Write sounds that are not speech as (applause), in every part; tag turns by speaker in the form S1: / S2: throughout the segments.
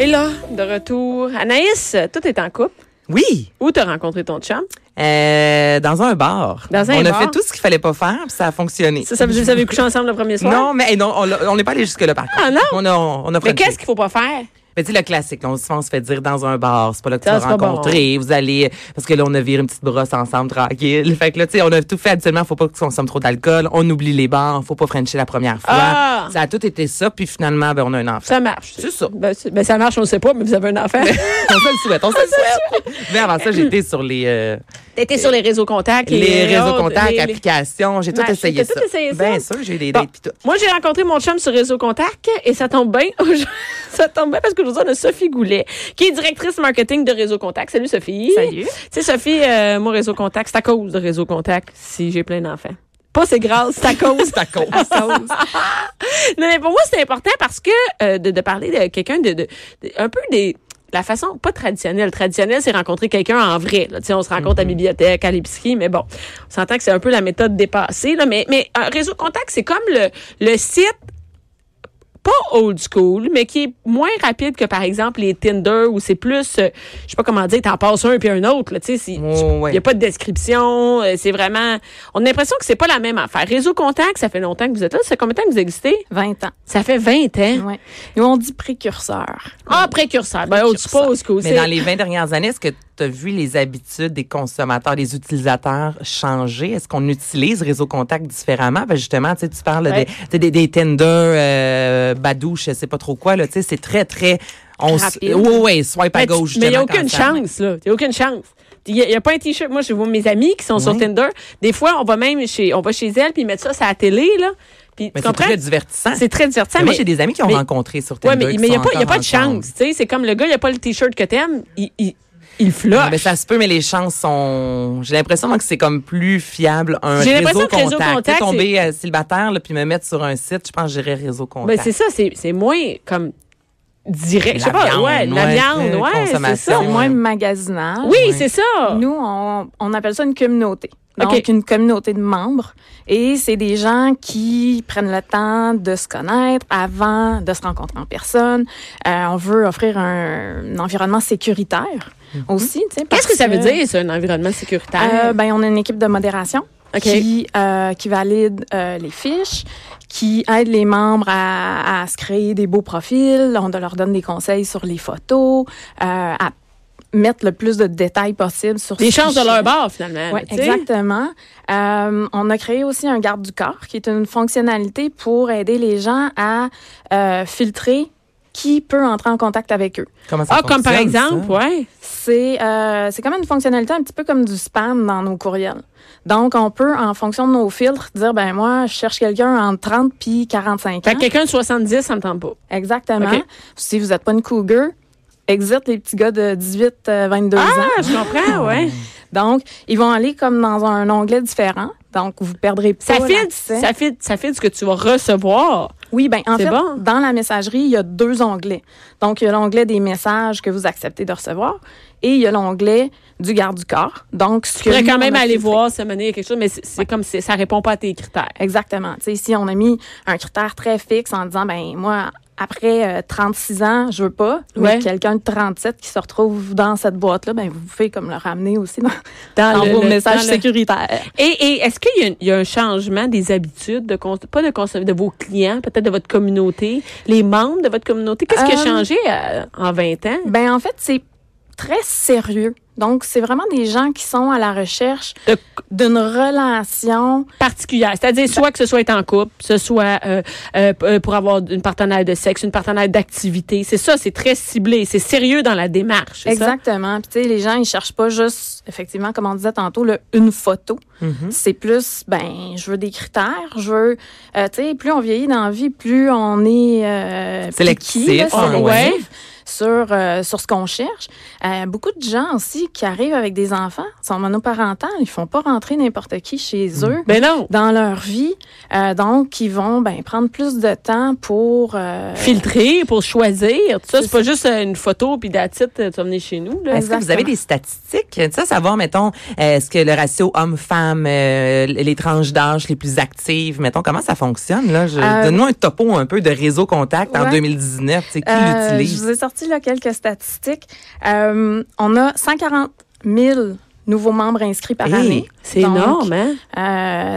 S1: Et là, de retour, Anaïs, toi t'es en couple.
S2: Oui,
S1: Où t'as rencontré ton chum?
S2: euh, dans un bar.
S1: Dans un
S2: on
S1: bar.
S2: a fait tout ce qu'il fallait pas faire, puis ça a fonctionné.
S1: Ça, ça veut dire que vous avez couché ensemble le premier soir?
S2: Non, mais hey, non, on l'a- on n'est pas allé jusque-là, par contre.
S1: Ah, non?
S2: On a, on a
S1: Mais
S2: frenché.
S1: qu'est-ce qu'il faut pas faire?
S2: Mais tu sais, le classique, là, on, se fait- on se fait dire dans un bar, c'est pas là que tu
S1: Ça,
S2: vas
S1: c'est pas bon.
S2: rencontrer, vous allez, parce que là, on a viré une petite brosse ensemble, tranquille. (laughs) Fait que là, tu sais, on a tout fait, habituellement, faut pas qu'on consomme trop d'alcool, on oublie les bars, faut pas frencher la première fois.
S1: Ah!
S2: Ça a tout été ça, puis finalement, ben, on a un enfant. (laughs)
S1: Ça marche.
S2: C'est ça.
S1: Ben, c'est- ben, ça marche, on ne sait pas, mais vous avez un enfant.
S2: on se le souhaite, on se le souhaite. mais avant ça, j'étais sur les, euh,
S1: (laughs) T'étais sur les réseaux contacts. et
S2: les réseaux
S1: autres,
S2: contacts,
S1: les- les-
S2: applications, j'ai tout
S1: Ouais,
S2: essayé
S1: t'as
S2: ça.
S1: tout essayé ça?
S2: Bien sûr, j'ai eu des
S1: Bon.
S2: dates, puis tout.
S1: Moi, j'ai rencontré mon chum sur Réseau Contact et ça tombe bien. (laughs) ça tombe bien parce qu'aujourd'hui, on a Sophie Goulet, qui est directrice marketing de Réseau Contact. Salut, Sophie.
S3: Salut.
S1: Tu sais, Sophie, euh, mon Réseau Contact, c'est à cause de Réseau Contact si j'ai plein d'enfants. Pas c'est grâce, c'est à cause.
S2: (laughs) C'est à cause.
S1: (laughs) non, mais pour moi, c'est important parce que euh, de, de parler de quelqu'un de, de- de- un peu des la façon pas traditionnelle. Traditionnelle, c'est rencontrer quelqu'un en vrai. Là. Tu sais, On se rencontre à
S2: Mhm.
S1: la bibliothèque, à l'épicerie, mais bon, on s'entend que c'est un peu la méthode dépassée. Là, mais mais un réseau contact, c'est comme le, le site pas old school, mais qui est moins rapide que, par exemple, les Tinder, où c'est plus, euh, je sais pas comment dire, t'en passes un puis un autre, là, tu sais, il
S2: Ouais, ouais.
S1: n'y a pas de description, euh, c'est vraiment, on a l'impression que c'est pas la même affaire. Réseau Contact, ça fait longtemps que vous êtes là, ça fait combien de temps que vous existez?
S3: 20 ans.
S1: Ça fait 20 ans.
S3: Ouais. Nous, on dit précurseur.
S1: Ah, précurseur, ben, old
S3: Précurseur.
S1: school, school,
S2: Mais
S1: c'est-
S2: dans les 20 dernières années, est-ce que tu as vu les habitudes des consommateurs, des utilisateurs changer? Est-ce qu'on utilise Réseau Contact différemment? Parce que justement, tu sais, tu parles
S1: Ouais.
S2: des, tu sais, des, des Tinder, euh, Badouche, je sais pas trop quoi. Là, tu sais, c'est très, très... On s-
S1: Rapide.
S2: ouais, ouais, swipe à
S1: Mais Ben, tu-
S2: gauche.
S1: Mais il n'y a
S2: justement,
S1: aucune
S2: quand ça-
S1: chance, là. Il n'y a aucune chance. Il n'y a, pas un t-shirt. Moi, je vois mes amis qui sont sur
S2: Ouais.
S1: Tinder. Des fois, on va même chez, on va chez elles puis ils mettent ça à la télé, là. Puis,
S2: Mais
S1: tu
S2: c'est
S1: comprends?
S2: très divertissant.
S1: C'est très divertissant.
S2: Mais moi,
S1: mais-
S2: j'ai des amis qui ont
S1: mais-
S2: rencontré sur
S1: Ouais,
S2: Tinder.
S1: mais
S2: qui
S1: mais il n'y a
S2: sont
S1: pas, il y a
S2: encore
S1: pas de
S2: ensemble.
S1: chance. tu sais. C'est comme le gars, il n'y a pas le t-shirt que t'aimes, il, il, il floche.
S2: Ah, ben, ça se peut, mais les chances sont. J'ai l'impression moi, que c'est comme plus fiable un
S1: J'ai l'impression
S2: réseau
S1: que Réseau
S2: contact. Tu
S1: Contact,
S2: sais, tomber euh, célibataire là, puis me mettre sur un site, je pense que j'irais réseau
S1: Ben,
S2: contact.
S1: c'est ça, c'est c'est moins comme direct. Je sais
S2: La
S1: pas,
S2: viande,
S1: ouais, la
S2: ouais,
S1: viande,
S2: euh,
S1: ouais, c'est
S2: consommation.
S1: ça.
S3: C'est
S2: Ouais.
S3: moins magasinage.
S1: Oui, c'est ça.
S3: Nous, on, on appelle ça une communauté. Donc,
S1: OK.
S3: une communauté de membres. Et c'est des gens qui prennent le temps de se connaître avant de se rencontrer en personne. Euh, on veut offrir un, un environnement sécuritaire aussi. tu sais, parce
S1: Mhm. Qu'est-ce que ça veut dire, ça, un environnement sécuritaire?
S3: Euh, ben, on a une équipe de modération
S1: OK.
S3: qui, euh, qui valide euh, les fiches, qui aide les membres à, à se créer des beaux profils. On leur donne des conseils sur les photos, euh, à mettre le plus de détails possible sur
S1: les
S3: ce
S1: chances de
S3: fichier.
S1: leur bord, finalement.
S3: Oui,
S1: là, tu sais.
S3: exactement. Euh, on a créé aussi un garde du corps, qui est une fonctionnalité pour aider les gens à euh, filtrer qui peut entrer en contact avec eux.
S2: Comment ça
S1: Ah, comme par
S2: fonctionne, ça?
S1: exemple, ouais.
S3: C'est euh, c'est comme une fonctionnalité un petit peu comme du spam dans nos courriels. Donc, on peut, en fonction de nos filtres, dire, ben moi, je cherche quelqu'un entre 30 puis 45 ans.
S1: Fait que quelqu'un de 70, ça me tente pas.
S3: Exactement.
S1: OK.
S3: Si vous n'êtes pas une cougar, exit les petits gars de 18, euh, 22 ans.
S1: Ah, je comprends, ouais.
S3: Donc, ils vont aller comme dans un onglet différent. Donc, vous perdrez pas
S1: Ça file,
S3: l'accès.
S1: ça file, ça file ce que tu vas recevoir.
S3: Oui, ben en
S1: C'est
S3: fait,
S1: bon.
S3: dans la messagerie, il y a deux onglets. Donc, il y a l'onglet des messages que vous acceptez de recevoir et il y a l'onglet du garde du corps. Donc, ce
S1: Tu pourrais
S3: que nous,
S1: quand
S3: on
S1: même
S3: a
S1: aller
S3: filtré.
S1: voir se mener quelque chose, mais c'est c'est comme si ça répond pas à tes critères.
S3: Exactement. Tu sais, ici, on a mis un critère très fixe en disant, ben moi, après euh, 36 ans, je veux pas.
S1: Ouais.
S3: Mais quelqu'un de 37 qui se retrouve dans cette boîte-là, ben vous pouvez comme le ramener aussi dans,
S1: Dans
S3: dans
S1: Ah, le-
S3: vos
S1: le-
S3: messages
S1: dans le-
S3: sécuritaires.
S1: Et, et est-ce qu'il y a, un- il y a un changement des habitudes, de cons- pas de consommer, de vos clients, peut-être de votre communauté, les membres de votre communauté? Qu'est-ce qui a
S3: Euh,
S1: changé euh, en 20 ans?
S3: Ben en fait, c'est très sérieux. Donc, c'est vraiment des gens qui sont à la recherche
S1: De-
S3: d'une relation
S1: Particulière. C'est-à-dire, soit que ce soit être en couple, ce soit euh, euh, p- euh, pour avoir une partenaire de sexe, une partenaire d'activité. C'est ça, c'est très ciblé. C'est sérieux dans la démarche. c'est ça?
S3: Exactement. Puis tu sais, les gens, ils cherchent pas juste, effectivement, comme on disait tantôt, le une photo. C'est plus, ben, je veux des critères, je veux, euh, tu sais, plus on vieillit dans la vie, plus on est euh,
S2: Sélectif,
S3: picky, là,
S2: ah,
S3: sélectif.
S1: ouais.
S3: sur, euh, sur ce qu'on cherche. Euh, beaucoup de gens aussi qui arrivent avec des enfants sont monoparentales. Ils font pas rentrer n'importe qui chez eux
S1: Ben non.
S3: dans leur vie. Euh, donc, ils vont ben, prendre plus de temps pour... euh,
S1: Filtrer pour choisir. Tout ça, c'est
S3: C'est Ah,
S1: pas juste euh, une photo puis d'attitude, tu vas venir chez nous. Là.
S2: Est-ce que vous avez
S3: Exactement.
S2: des statistiques? Tu sais, savoir, mettons, euh, est-ce que le ratio homme-femme, euh, les tranches d'âge les plus actives, mettons, comment ça fonctionne? là Je-
S3: Euh,
S2: Donne-nous un topo un peu de réseau contact en
S3: Ouais.
S2: 2019. tu sais, Qui
S3: Euh, je
S2: l'utilise?
S3: vous ai sorti là, quelques statistiques. Euh, on a 140 000 nouveaux membres inscrits par
S2: Hey,
S3: année.
S1: Eh, C'est
S3: Donc,
S1: énorme, hein?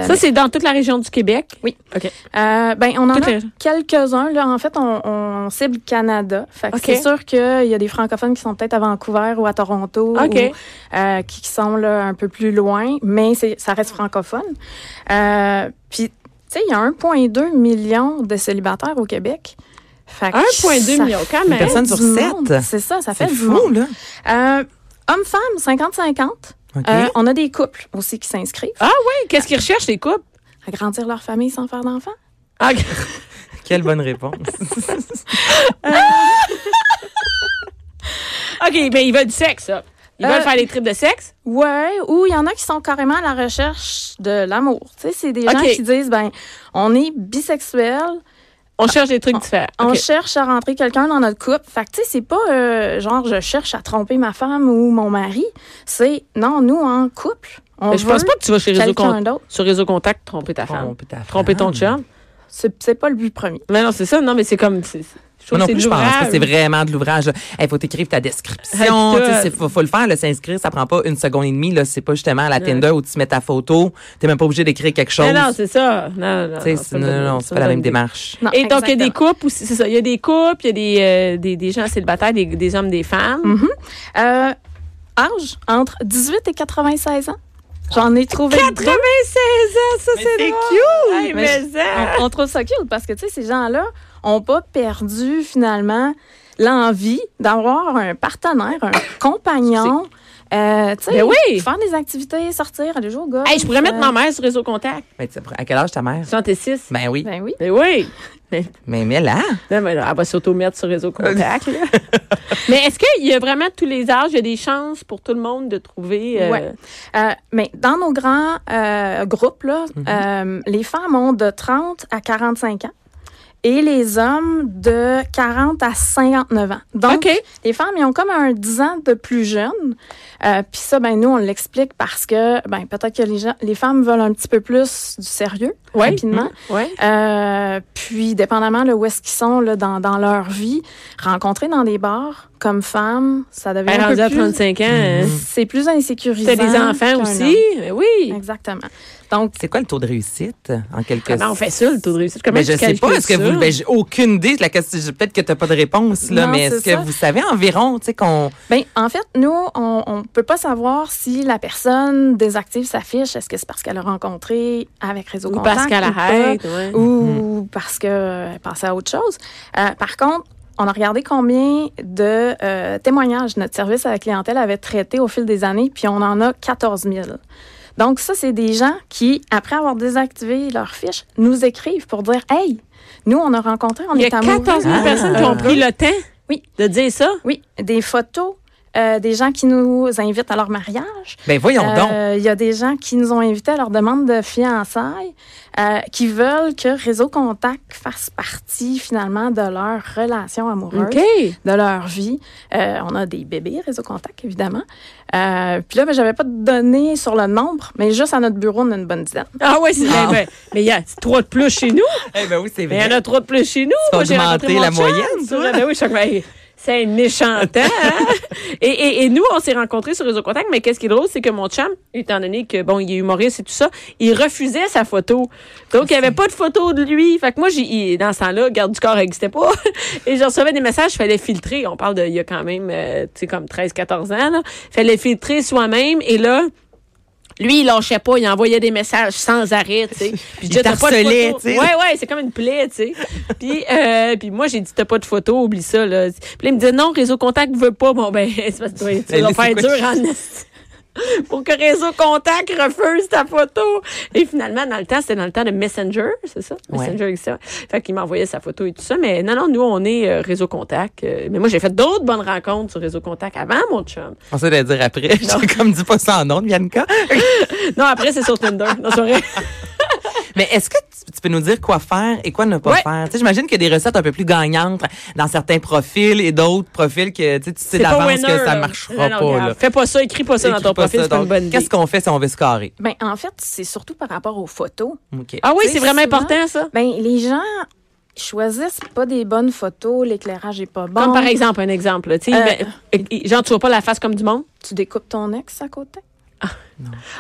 S3: Euh,
S1: Ça, c'est dans toute la région du Québec.
S3: Oui.
S1: OK.
S3: euh, ben, on en
S1: Toutes
S3: a
S1: les-
S3: quelques-uns. Là. En fait, on, on cible Canada. Fait que
S1: OK.
S3: C'est sûr qu'il y a des francophones qui sont peut-être à Vancouver ou à Toronto
S1: OK.
S3: ou, euh, qui, qui sont là, un peu plus loin, mais c'est, ça reste francophone. Euh, Puis, tu sais, il y a 1,2 million de célibataires au Québec. Fait que
S1: 1,2
S3: ça
S1: million, quand
S2: Une
S1: même.
S2: personne
S3: du
S2: sur
S3: monde.
S2: sept.
S3: C'est ça, ça fait
S2: C'est
S3: du
S2: fou,
S3: monde.
S2: là.
S3: Euh, Hommes-femmes, 50-50.
S2: OK.
S3: Euh, on a des couples aussi qui s'inscrivent
S1: Qu'est-ce qu'ils recherchent, les couples?
S3: à grandir leur famille sans faire d'enfants.
S1: Ah, (laughs)
S2: Quelle bonne réponse.
S1: OK, mais ils veulent du sexe, là. Ils
S3: Ah. Euh,
S1: veulent faire des tripes de sexe?
S3: Ouais, ou il y en a qui sont carrément à la recherche de l'amour. Tu sais, c'est des gens
S1: Ok.
S3: qui disent, ben, on est bisexuel,
S1: On cherche des trucs différents.
S3: on
S1: OK.
S3: cherche à rentrer quelqu'un dans notre couple. Fait que, tu sais, c'est pas euh, genre je cherche à tromper ma femme ou mon mari. C'est, non, nous, en couple, on
S1: Mais Je pense
S3: veut
S1: pas que tu vas chez Réseau,
S3: quelqu'un
S1: Con-
S3: d'autre.
S1: sur Réseau Contact tromper ta femme.
S2: Trompe ta
S1: Tromper ton
S2: femme.
S1: chum.
S3: C'est c'est pas le but premier.
S1: Mais non, c'est ça. Non, mais c'est comme... c'est- Je trouve
S2: Moi non
S1: que
S2: plus,
S1: c'est
S2: je
S1: de
S2: pense
S1: l'ouvrage.
S2: que c'est vraiment de l'ouvrage. Il faut t'écrire ta description.
S1: Ah,
S2: tu sais,
S1: ça.
S2: c'est- faut, faut le faire. là, S'inscrire, ça prend pas une seconde et demie. là. C'est pas justement à la
S1: Ouais.
S2: Tinder où tu mets ta photo. T'es même pas obligé d'écrire quelque chose.
S1: Mais non, c'est ça. Non, non,
S2: Tu sais,
S1: non,
S2: c'est- non, non, non, c'est pas la même démarche.
S3: Non,
S1: Et donc, il y a des
S3: exactement.
S1: couples aussi, c'est ça. Il y a des couples, il y a des, euh, des, des gens célibataires, des, des hommes, des femmes.
S3: Mm. Euh, âge, entre 18 et 96 ans. J'en ai trouvé deux.
S1: 96 ans, ça, c'est
S2: c'est
S1: drôle. Hey,
S3: Mais
S1: mais ça.
S3: on, on trouve ça cute parce que, tu sais, ces gens-là ont pas perdu, finalement, l'envie d'avoir un partenaire, un compagnon. Euh, tu sais,
S1: Ben oui.
S3: faire des activités, sortir, aller jouer au golf.
S1: Hey, je pourrais mettre ma
S3: euh,
S1: mère sur Réseau Contact.
S2: Mais tu sais, à quel âge ta mère?
S1: 66.
S2: Ben oui.
S3: Ben oui.
S1: Mais oui.
S2: Mais, mais là,
S1: Non, mais là, elle va s'auto-mettre sur Réseau Contact. là. (laughs) mais est-ce qu'il y a vraiment tous les âges, il y a des chances pour tout le monde de trouver. euh,
S3: Ouais. Euh, mais dans nos grands euh, groupes, là,
S1: Mhm.
S3: euh, les femmes ont de 30 à 45 ans et les hommes de 40 à 59 ans. Donc,
S1: OK.
S3: les femmes, ils ont comme un 10 ans de plus jeune. Euh, Puis ça, ben nous, on l'explique parce que ben, peut-être que les, gens, les femmes veulent un petit peu plus du sérieux
S1: Ouais. Mm-hmm.
S3: rapidement.
S1: Ouais.
S3: Euh, puis, dépendamment de où est-ce qu'ils sont là, dans, dans leur vie, rencontrer dans des bars comme femme, ça devient
S1: Elle est
S3: un
S1: rendue
S3: peu
S1: Ben, à
S3: plus... Mm.
S1: 35 ans. hein.
S3: C'est plus insécurisant.
S1: T'as des
S3: qu'un
S1: enfants aussi.
S3: homme.
S1: Mais oui.
S3: Exactement. Donc,
S2: c'est quoi le taux de réussite, en quelque
S1: Comment on Ah ben, fait ça, le taux de réussite? Comment
S2: Mais
S1: tu
S2: Ben, je sais pas,
S1: calcules
S2: est-ce que
S1: ça?
S2: vous. Ben, j'ai aucune idée. de La question, j'ai- peut-être que t'as pas de réponse, là,
S3: Non,
S2: mais est-ce que
S3: c'est ça.
S2: vous savez environ, tu sais, qu'on.
S3: ben, en fait, nous, on ne peut pas savoir si la personne désactive sa fiche. Est-ce que c'est parce qu'elle a rencontré avec Réseau
S1: Ou
S3: Contact
S1: parce qu'elle
S3: ou pas,
S1: arrête. ouais.
S3: ou
S1: Mm-hmm.
S3: parce qu'elle pensait à autre chose. Euh, par contre, on a regardé combien de euh, témoignages notre service à la clientèle avait traité au fil des années, puis on en a 14 000. Donc ça, c'est des gens qui, après avoir désactivé leur fiche, nous écrivent pour dire « Hey, nous, on a rencontré, on
S1: Il y a
S3: est amoureux.
S1: 14 000
S2: Ah.
S1: personnes qui ont pris le temps
S3: Oui.
S1: de dire ça.
S3: Oui, des photos, euh, des gens qui nous invitent à leur mariage.
S2: Ben, voyons donc.
S3: Euh, Il y a des gens qui nous ont invités à leur demande de fiançailles, euh, qui veulent que Réseau Contact fasse partie finalement de leur relation amoureuse, de leur vie. Euh, on a des bébés Réseau Contact, évidemment. Euh, Puis là, ben, j'avais pas de données sur le nombre, mais juste à notre bureau, on a une bonne dizaine.
S1: Ah ouais, c'est
S2: Ah.
S1: ben, ben, Mais il y a trois de plus chez nous.
S2: Eh ben oui, c'est
S1: Mais il y
S2: vrai.
S1: en a trois de plus chez nous.
S2: vas
S1: Moi, j'ai rencontré
S2: augmenter
S1: mon
S2: la
S1: chum,
S2: moyenne,
S1: ça. Ben oui, je suis comme, hey, c'est méchant, hein?
S2: (laughs)
S1: et, et, et nous, on s'est rencontrés sur Réseau Contact, mais qu'est-ce qui est drôle, c'est que mon chum, étant donné que, bon, il est humoriste et tout ça, il refusait sa photo. Donc, il n'y avait pas de photo de lui. Fait que moi, j'ai, il- dans ce temps-là, garde du corps n'existait pas. (laughs) et je recevais des messages, fallait filtrer. On parle de, il y a quand même, euh, tu sais, comme 13, 14 ans, là. Fallait filtrer soi-même. Et là, lui, il lâchait pas, il envoyait des messages sans arrêt, tu
S2: (laughs)
S1: sais. Puis je disais,
S2: Il
S1: T'as pas de
S2: t'harcelait,
S1: photo.
S2: tu sais.
S1: Ouais, ouais, c'est comme une plaie, tu sais. puis, euh, puis moi, j'ai dit, t'as pas de photo, oublie ça, là. Puis là, il me disait, non, Réseau Contact veut pas. Bon, ben, (laughs) c'est parce que ouais, tu
S2: Ben,
S1: vas
S2: là,
S1: faire
S2: c'est quoi
S1: dur en esti. (laughs) pour que Réseau Contact refuse ta photo. Et finalement, dans le temps, c'était dans le temps de Messenger, c'est ça?
S2: Ouais.
S1: Messenger, etc. Fait qu'il m'envoyait sa photo et tout ça. Mais non, non, nous, on est euh, Réseau Contact. Euh, mais moi, j'ai fait d'autres bonnes rencontres sur Réseau Contact avant, mon chum.
S2: Je pensais le dire après. (laughs) J'ai comme dit pas ça en nom, Bianca.
S1: Non, après, c'est sur Tinder. Non, c'est
S2: (laughs)
S1: vrai.
S2: Mais est-ce que tu, tu peux nous dire quoi faire et quoi ne pas
S1: Ouais.
S2: faire? Tu sais, J'imagine qu'il y a des recettes un peu plus gagnantes dans certains profils et d'autres profils que tu sais, tu sais
S1: C'est pas
S2: d'avance
S1: winner.
S2: que ça
S1: là.
S2: marchera
S1: Non, non,
S2: pas.
S1: regarde,
S2: là.
S1: Fais pas ça, écris pas ça
S2: Écris
S1: dans ton
S2: pas
S1: profil,
S2: ça.
S1: c'est pas une
S2: Donc,
S1: bonne idée.
S2: Qu'est-ce qu'on fait si on veut se carrer?
S3: Ben, en fait, c'est surtout par rapport aux photos.
S2: OK.
S1: Ah oui,
S3: Tu sais,
S1: c'est vraiment
S3: souvent-
S1: important, ça.
S3: Ben, les gens choisissent pas des bonnes photos, l'éclairage est pas bon.
S1: Comme par exemple, un exemple. là, Tu sais,
S3: Euh,
S1: ben, euh, genre, tu vois pas la face comme du monde?
S3: Tu découpes ton ex à côté.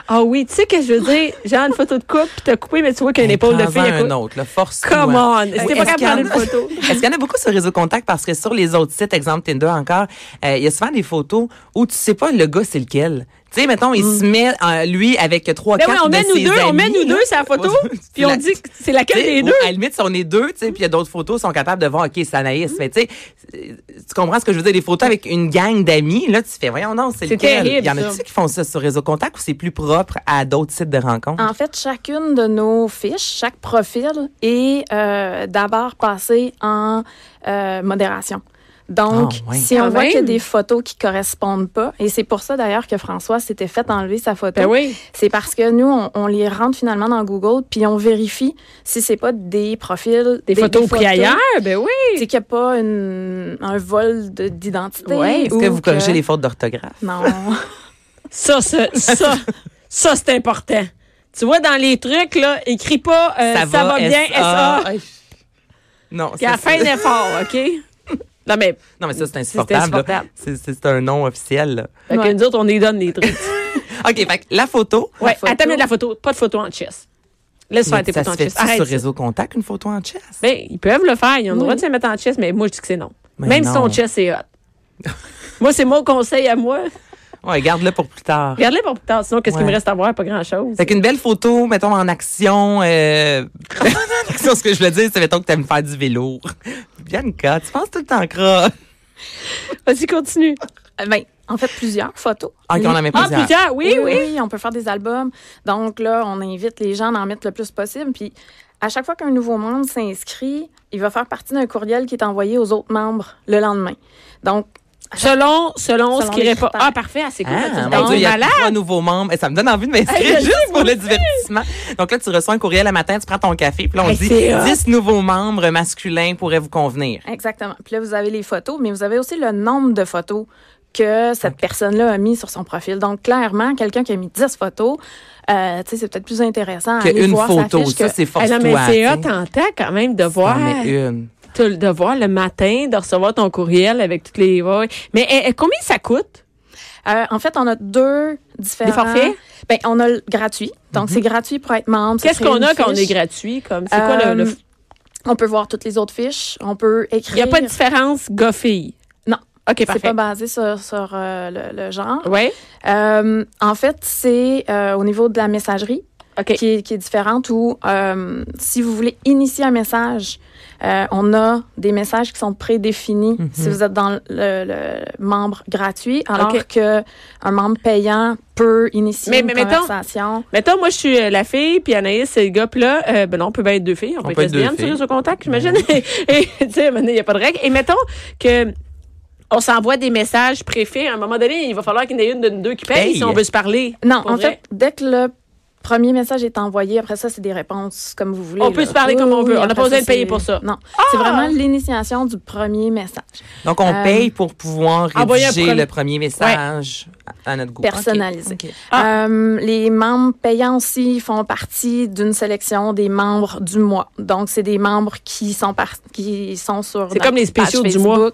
S1: Ah oui, tu sais que je veux dire, genre une photo de coupe, puis t'as coupé, mais tu vois qu'il y a une épaule de
S2: Prends-en
S1: fille à
S2: un
S1: côté.
S2: autre, là, force
S1: Come on, c'était pas
S2: Est-ce
S1: capable
S2: qu'il y en
S1: de prendre une photo.
S2: (laughs) Est-ce qu'il y en a beaucoup sur Réseau Contact? Parce que sur les autres sites, exemple Tinder encore, euh, il y a souvent des photos où tu sais pas le gars c'est lequel. Tu sais, mettons, il se met, euh, lui, avec trois,
S1: Mm. Ben
S2: quatre
S1: oui, on
S2: de
S1: met nous
S2: ses
S1: deux, on met
S2: amis,
S1: nous
S2: là.
S1: deux sur la
S2: (laughs)
S1: photo, puis on
S2: La-
S1: dit que c'est laquelle
S2: T'sais,
S1: des
S2: ou
S1: deux.
S2: À la limite, si on est deux, tu sais, puis il y a d'autres photos, ils sont capables de voir, OK, c'est Anaïs.
S1: Mm-hmm.
S2: Mais tu sais, euh, tu comprends ce que je veux dire? Des photos avec une gang d'amis, là, tu fais, voyons, non, c'est
S1: C'est
S2: lequel?
S1: terrible,
S2: Il y en
S1: ça.
S2: a-tu qui font ça sur Réseau Contact ou c'est plus propre à d'autres sites de rencontres?
S3: En fait, chacune de nos fiches, chaque profil est euh, d'abord passé en euh, modération. Donc,
S2: Ah, oui.
S3: si on
S1: Quand
S3: voit qu'il y a
S1: même.
S3: des photos qui correspondent pas, et c'est pour ça d'ailleurs que François s'était fait enlever sa photo,
S1: Ben
S2: Ben
S1: oui.
S3: c'est parce que nous, on, on les rentre finalement dans Google, puis on vérifie si c'est pas des profils,
S1: Des photos prises ailleurs, ben oui.
S3: C'est qu'il n'y a pas une- un vol de- d'identité.
S1: Ouais,
S2: Est-ce
S3: ou
S2: que vous
S3: que-
S2: corrigez les fautes d'orthographe? (laughs)
S3: Non.
S1: Ça, ça, ça, ça, c'est important. Tu vois, dans les trucs, là, écris pas euh, ça, va, bien,
S2: S.A..
S1: S.A.
S2: Aïe. Non,
S1: Puis à la
S2: ça,
S1: fin
S2: c'est-
S1: d'effort,
S2: (laughs)
S1: OK? Non, mais,
S2: non, mais ça, c'est
S1: C'est
S2: insupportable. là.
S1: insupportable.
S2: C'est c'est un nom officiel. là.
S1: fait que
S3: Ouais.
S1: nous autres, on les donne (laughs) les trucs.
S2: OK, fait que la photo.
S1: Ouais,
S3: photo.
S1: attends, mais de la photo, pas de photo en chess. Laisse faire
S2: Mais
S1: tes
S2: ça
S1: photos
S2: se
S1: en
S2: fait
S1: chess. Arrête.
S2: sur
S1: ça.
S2: Réseau Contact, une photo en chess?
S1: Ben, ils peuvent le faire. Ils ont le droit de se mettre en chess, mais moi, je dis que c'est non.
S2: Mais
S1: Même
S2: non.
S1: si son chess est hot.
S2: (laughs)
S1: moi, c'est mon conseil à moi.
S2: Ouais, garde-le pour plus tard.
S1: Regarde-les pour plus tard. Sinon, qu'est-ce qu'il
S2: Ouais.
S1: me reste à voir? Pas grand-chose.
S2: Fait qu'une belle photo, mettons, en action. Euh... (laughs) en action, ce que je veux dire, c'est mettons que t'aimes faire du vélo. (laughs) Bianca, tu penses tout le temps gras.
S1: Vas-y, continue.
S3: Ben, en fait, plusieurs photos.
S2: OK, on en met
S1: Ah,
S2: plusieurs.
S1: plusieurs. Oui, oui.
S3: on peut faire des albums. Donc là, on invite les gens à en mettre le plus possible. Puis à chaque fois qu'un nouveau membre s'inscrit, il va faire partie d'un courriel qui est envoyé aux autres membres le lendemain. Donc,
S1: Selon, selon, ce
S3: Selon
S1: qui
S3: les
S1: répond.
S3: critères.
S1: Ah, parfait. Ah, C'est cool. là, tu
S2: Ah,
S1: me
S2: mon
S1: donnes
S2: Dieu, il y a
S1: malade.
S2: trois nouveaux membres. Et ça me donne envie de m'inscrire
S1: Hey, je
S2: juste pour le divertissement. Donc là, tu reçois un courriel le matin, tu prends ton café, puis là, on
S1: Hey,
S2: dit
S1: c'est hot.
S2: 10 nouveaux membres masculins pourraient vous convenir.
S3: exactement. Puis là, vous avez les photos, mais vous avez aussi le nombre de photos que cette personne-là a mis sur son profil. Donc, clairement, quelqu'un qui a mis 10 photos, euh, tu sais, c'est peut-être plus intéressant à
S2: Que
S3: aller
S2: une
S3: voir sa
S2: photo,
S3: fiche
S2: ça,
S3: que-
S2: c'est
S1: Ah,
S2: force-toi.
S1: non, mais c'est hot
S2: tu sais. euh.
S1: en temps quand même de voir.
S2: T'en mets une.
S1: te- de voir le matin, de recevoir ton courriel avec toutes les. ouais, ouais. Mais eh, eh, combien ça coûte?
S3: Euh, en fait, on a deux différents.
S1: Des forfaits? Mhm.
S3: Ben, on a le gratuit. Donc, c'est gratuit pour être membre. Ça
S1: Qu'est-ce
S3: crée
S1: qu'on
S3: une
S1: a quand on est
S3: fiche.
S1: gratuit? Comme c'est quoi le-
S3: Euh,
S1: le.
S3: On peut voir toutes les autres fiches. On peut écrire.
S1: Il n'y a pas de différence gars-fille.
S3: Non.
S1: OK,
S3: C'est
S1: parfait.
S3: pas basé sur, sur, euh, le, le genre.
S1: Oui.
S3: Euh, en fait, c'est euh, au niveau de la messagerie
S1: OK.
S3: qui est, qui est différente où euh, si vous voulez initier un message, euh, on a des messages qui sont prédéfinis
S1: Mhm.
S3: si vous êtes dans le, le membre gratuit, alors
S1: Ok.
S3: que un membre payant peut initier
S1: Mais-
S3: une
S1: mais mettons-
S3: conversation.
S1: Mettons, moi, je suis euh, la fille, puis Anaïs, c'est le gars, puis là, euh, ben non, on peut bien être deux filles. On, peut être lesbienne
S2: deux Ben
S1: sur Réseau contact, j'imagine. (laughs) Et, tu sais, maintenant, il n'y a pas de règle. Et mettons que on s'envoie des messages préfets. À un moment donné, il va falloir qu'il y en ait une de nous deux qui paye
S2: Paye.
S1: si on veut se parler.
S3: Non,
S1: Pour
S3: en
S1: vrai.
S3: fait, dès que le premier message est envoyé, après ça, c'est des réponses comme vous voulez.
S1: On peut
S3: là.
S1: se parler comme on veut. On n'a
S3: après
S1: pas besoin
S3: ça,
S1: de payer
S3: c'est-
S1: pour ça. Ah!
S3: Non, c'est vraiment l'initiation du premier message.
S2: Donc, on
S3: Euh,
S2: paye pour pouvoir
S1: envoyer un
S2: rédiger
S1: premier-
S2: le premier message à à notre goût.
S3: Personnalisé.
S2: Ok, ok.
S1: Ah.
S3: Euh, les membres payants aussi font partie d'une sélection des membres du mois. Donc, c'est des membres qui sont par- qui sont sur
S1: C'est comme les spéciaux du mois.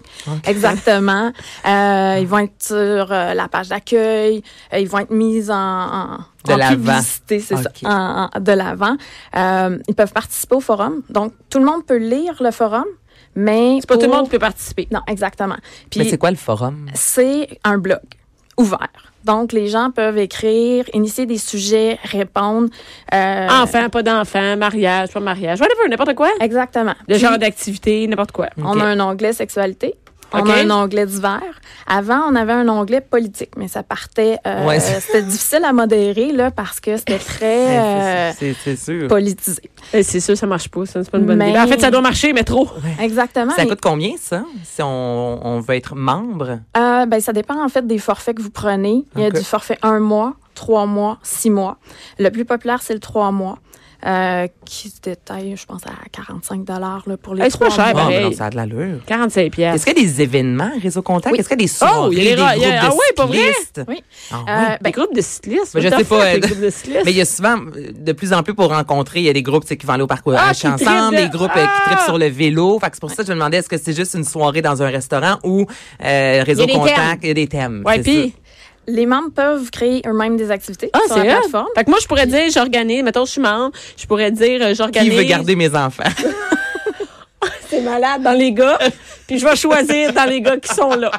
S3: Exactement. Euh, ils vont être sur euh, la page d'accueil. Euh, ils vont être mis en, en,
S2: De
S3: en
S2: l'avant.
S3: publicité, c'est
S2: Ok.
S3: ça, en- en- de l'avant. Euh, ils peuvent participer au forum. Donc, tout le monde peut lire le forum, mais
S1: C'est pas tout le
S3: pour-
S1: monde qui peut participer.
S3: Non, exactement.
S2: Mais
S3: Puis,
S2: c'est quoi le forum?
S3: c'est un blog ouvert. Donc, les gens peuvent écrire, initier des sujets, répondre. euh,
S1: Enfant, pas d'enfant, mariage, pas mariage, whatever, n'importe quoi.
S3: Exactement.
S1: Le
S3: Puis,
S1: genre d'activité, n'importe quoi.
S3: on a un onglet sexualité. On
S1: Ok.
S3: a un onglet divers. Avant, on avait un onglet politique, mais ça partait. euh,
S2: Ouais, c'est-
S3: (laughs) c'était difficile à modérer là parce
S1: (laughs)
S3: que c'était très euh,
S2: C'est c'est sûr.
S3: politisé.
S1: Euh, C'est sûr, ça marche pas. Ça, c'est pas une bonne
S3: Mais-
S1: idée. Ben, En fait, ça doit marcher, mais
S2: (laughs)
S1: trop.
S3: Exactement.
S2: Ça
S3: mais-
S2: coûte combien, ça, si on, on veut être membre?
S3: Euh, ben, ça dépend en fait des forfaits que vous prenez. Il y a
S2: Ok.
S3: du forfait un mois, trois mois, six mois. Le plus populaire, c'est le trois mois, euh, qui se détaille, je pense, à 45 dollars là, pour les
S1: Eh, c'est
S3: trois
S1: pas cher,
S2: Ah,
S3: mois.
S1: pareil.
S2: mais non, ça a de l'allure.
S1: 45 pièces.
S2: Est-ce qu'il y a des événements, réseau contact?
S1: Oui.
S2: Est-ce qu'il y a des
S1: Oh, il y a
S2: soirées,
S1: des ra-
S2: des
S1: il y a-
S2: groupes
S1: ah
S2: de
S1: ouais, pour vrai?
S2: cyclistes?
S3: Oui.
S2: Ah ouais.
S3: Euh, ben,
S1: Des groupes de cyclistes?
S2: Mais je
S1: What the
S2: sais pas,
S1: fuck,
S2: elle.
S1: Des groupes de cyclistes?
S2: Mais il y a souvent, euh, de plus en plus pour rencontrer, il y a des groupes tu sais, qui vont aller au parcours
S1: Ah,
S2: H
S1: qui
S2: ensemble,
S1: trippent de-
S2: des groupes euh, qui trippent
S1: Ah!
S2: sur le vélo. Fait que c'est pour ça que je me demandais, est-ce que c'est juste une soirée dans un restaurant ou euh, réseau
S1: Il y a des thèmes.
S2: contact, il y a des thèmes.
S1: Ouais,
S2: c'est
S1: puis.
S3: les membres peuvent créer eux-mêmes des activités
S1: Ah,
S3: sur
S1: c'est
S3: la
S1: hot.
S3: plateforme.
S1: Fait que moi, je pourrais dire, j'organise. Mettons, je suis membre. Je pourrais dire, euh,
S2: ça. Qui
S1: j'organise.
S2: veut garder mes enfants?
S1: C'est malade dans les gars. (laughs) Puis je vais choisir dans les gars qui sont là.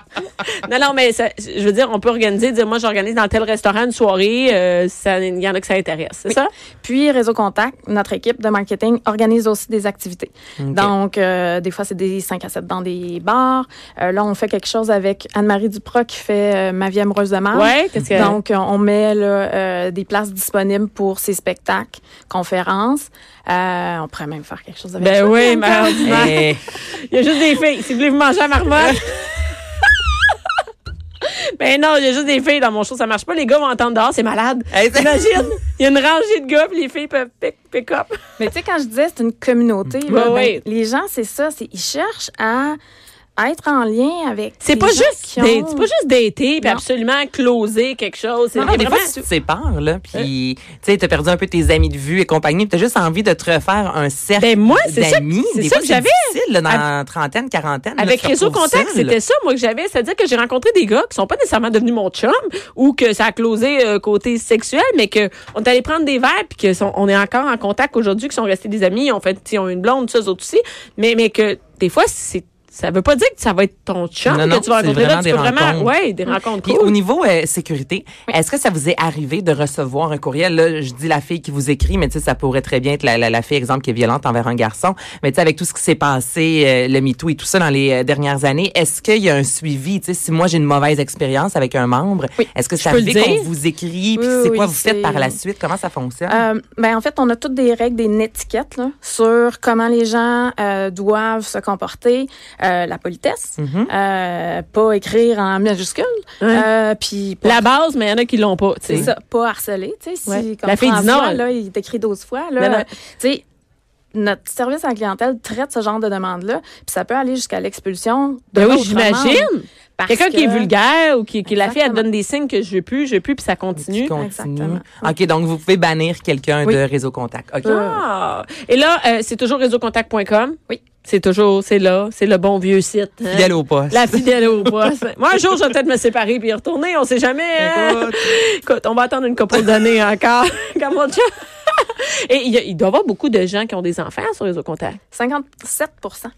S1: Non, non, mais ça- je veux dire, on peut organiser, dire, moi, j'organise dans tel restaurant une soirée. euh, ça- Il y en a que ça intéresse. C'est ça?
S3: Puis Réseau Contact, notre équipe de marketing organise aussi des activités. Donc, euh, des fois, c'est des 5 à 7 dans des bars. Euh, là, on fait quelque chose avec Anne-Marie Duprat qui fait euh, Ma vie amoureuse de Mars.
S1: Ouais, qu'est-ce que.
S3: Donc, euh, on met là, euh, des places disponibles pour ces spectacles, conférences. Euh, on pourrait même faire quelque chose avec
S1: ben
S3: ça.
S1: oui, mais ordinaire.
S2: (laughs) Eh,
S1: Il y a juste des filles. Si vous voulez vous manger à marmotte. (laughs) Ben non, il y a juste des filles dans mon show, ça marche pas. Les gars vont entendre dehors, c'est malade.
S2: hey,
S1: (laughs)
S2: c'est-
S1: Imagine, il y a une rangée de gars, puis les filles peuvent pick, pick up.
S3: Mais tu sais, quand je disais c'est une communauté, là, ben,
S1: oui.
S3: les gens, c'est ça. c'est- Ils cherchent à être en lien avec.
S1: C'est
S3: des
S1: pas
S3: gens
S1: juste
S3: qui ont-
S1: date- c'est pas juste dater puis
S3: Non.
S1: absolument closer quelque chose. C'est
S2: Non, mais des
S1: vraiment- Euh.
S2: fois, si tu te sépares, là, puis tu sais, t'as perdu un peu tes amis de vue et compagnie, puis t'as juste envie de te refaire un cercle
S1: Ben, moi, c'est ça que-
S2: d'amis.
S1: c'est
S2: Des
S1: ça
S2: fois,
S1: que
S2: c'est
S1: j'avais. hein.
S2: difficile, là, dans trentaine, quarantaine. là,
S1: avec
S2: tu te
S1: réseau
S2: retrouves
S1: contact,
S2: seule.
S1: c'était ça moi que j'avais, c'est-à-dire que j'ai rencontré des gars qui sont pas nécessairement devenus mon chum ou que ça a closé euh, côté sexuel, mais que on est allé prendre des verres puis que sont- on est encore en contact aujourd'hui, qui sont restés des amis, on fait, ils ont une blonde, ça eux autres aussi, mais mais que des fois c'est ça veut pas dire que ça va être ton chum
S2: Non,
S1: que
S2: non,
S1: tu vas
S2: c'est
S1: rencontrer là,
S2: vraiment
S1: tu
S2: des
S1: peux vraiment
S2: rencontres.
S1: ouais, des rencontres
S2: Puis
S1: cool.
S2: au niveau euh, sécurité, est-ce que ça vous est arrivé de recevoir un courriel? Là, je dis la fille qui vous écrit, mais tu sais, ça pourrait très bien être la, la, la fille, exemple, qui est violente envers un garçon. Mais tu sais, avec tout ce qui s'est passé, euh, le MeToo et tout ça dans les euh, dernières années, est-ce qu'il y a un suivi? Tu sais, si moi j'ai une mauvaise expérience avec un membre,
S3: Oui.
S2: est-ce que
S1: Je
S2: ça
S1: peux le
S2: arrive qu'on
S1: dire?
S2: vous écrit? Puis
S3: Oui,
S2: c'est
S3: oui,
S2: quoi vous faites
S3: c'est-
S2: par la suite? Comment ça fonctionne?
S3: Euh, ben en fait, on a toutes des règles, des étiquettes là, sur comment les gens euh, doivent se comporter, euh, la politesse,
S2: Mhm.
S3: euh, pas écrire en majuscule,
S1: Ouais.
S3: euh, puis pas-
S1: la base, mais il y en a qui l'ont pas, tu
S3: c'est
S1: sais.
S3: ça, pas harceler, tu sais, si
S1: Ouais.
S3: comme
S1: La fille dit
S3: François,
S1: non, elle-
S3: là, il t'écrit 12 fois là,
S1: Non, non.
S3: euh, tu sais, notre service à la clientèle traite ce genre de demande là, puis ça peut aller jusqu'à l'expulsion de
S1: Ben oui,
S3: l'autre membre,
S1: j'imagine.
S3: parce
S1: Quelqu'un qui est
S3: que-
S1: vulgaire ou qui, qui la fille, elle
S3: Exactement.
S1: donne des signes que je veux plus, je veux plus, puis ça
S2: Qui
S1: continue.
S2: continue.
S3: exactement.
S2: OK, donc vous pouvez bannir quelqu'un
S3: Oui.
S2: de réseau contact. OK.
S1: Ah! Et là, euh, c'est toujours réseaucontact.com.
S3: Oui.
S1: C'est toujours, c'est là, c'est le bon vieux site. hein.
S2: Fidèle au poste.
S1: La fidèle au poste. (laughs) Moi, un jour, je vais peut-être me séparer puis y retourner, on sait jamais. hein.
S2: Écoute.
S1: Écoute, on va attendre une couple d'années encore. (laughs) Comme on dit. Et il, y a- il doit y avoir beaucoup de gens qui ont des enfants sur réseau contact.
S3: 57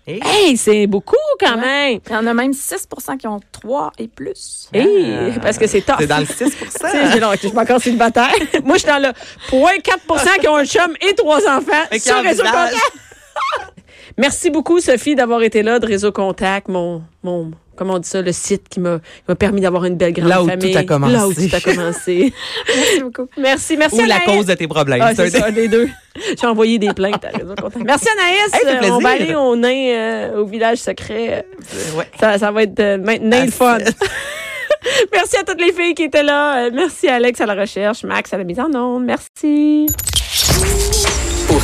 S2: Eh,
S1: Hey, c'est beaucoup quand
S3: Ouais.
S1: même.
S3: Il y en a même 6 qui ont 3
S1: (laughs)
S3: et plus.
S1: Hey, parce que c'est tough.
S2: C'est dans le 6
S1: Tu sais, j'ai- non, je suis encore célibataire. (laughs) Moi, je suis dans le 0.4 qui ont un chum et trois enfants
S2: Mais qui
S1: sur Réseau
S2: envisagent.
S1: Contact. Merci beaucoup, Sophie, d'avoir été là de Réseau Contact, mon, mon, comment on dit ça, le site qui m'a, qui m'a permis d'avoir une belle grande
S2: Là où tout
S1: famille.
S2: a commencé.
S1: Là où tout a commencé.
S3: Merci beaucoup.
S1: (laughs) Merci, merci
S2: Ou la
S1: Anaïs.
S2: cause de tes problèmes.
S1: Ah,
S2: C'est un
S1: c'est ça, un des deux. (laughs) J'ai envoyé des plaintes à Réseau Contact. Merci, Anaïs.
S2: Hey, ça fait
S1: Euh, on va aller
S2: plaisir.
S1: au nain, euh, au village secret.
S2: des- Ouais.
S1: (laughs) Ça, ça va être euh, maintenant le fun.
S2: Ah,
S1: (laughs) merci à toutes les filles qui étaient là. Euh, Merci à Alex à la recherche, Max à la mise en onde. Merci.
S4: Pour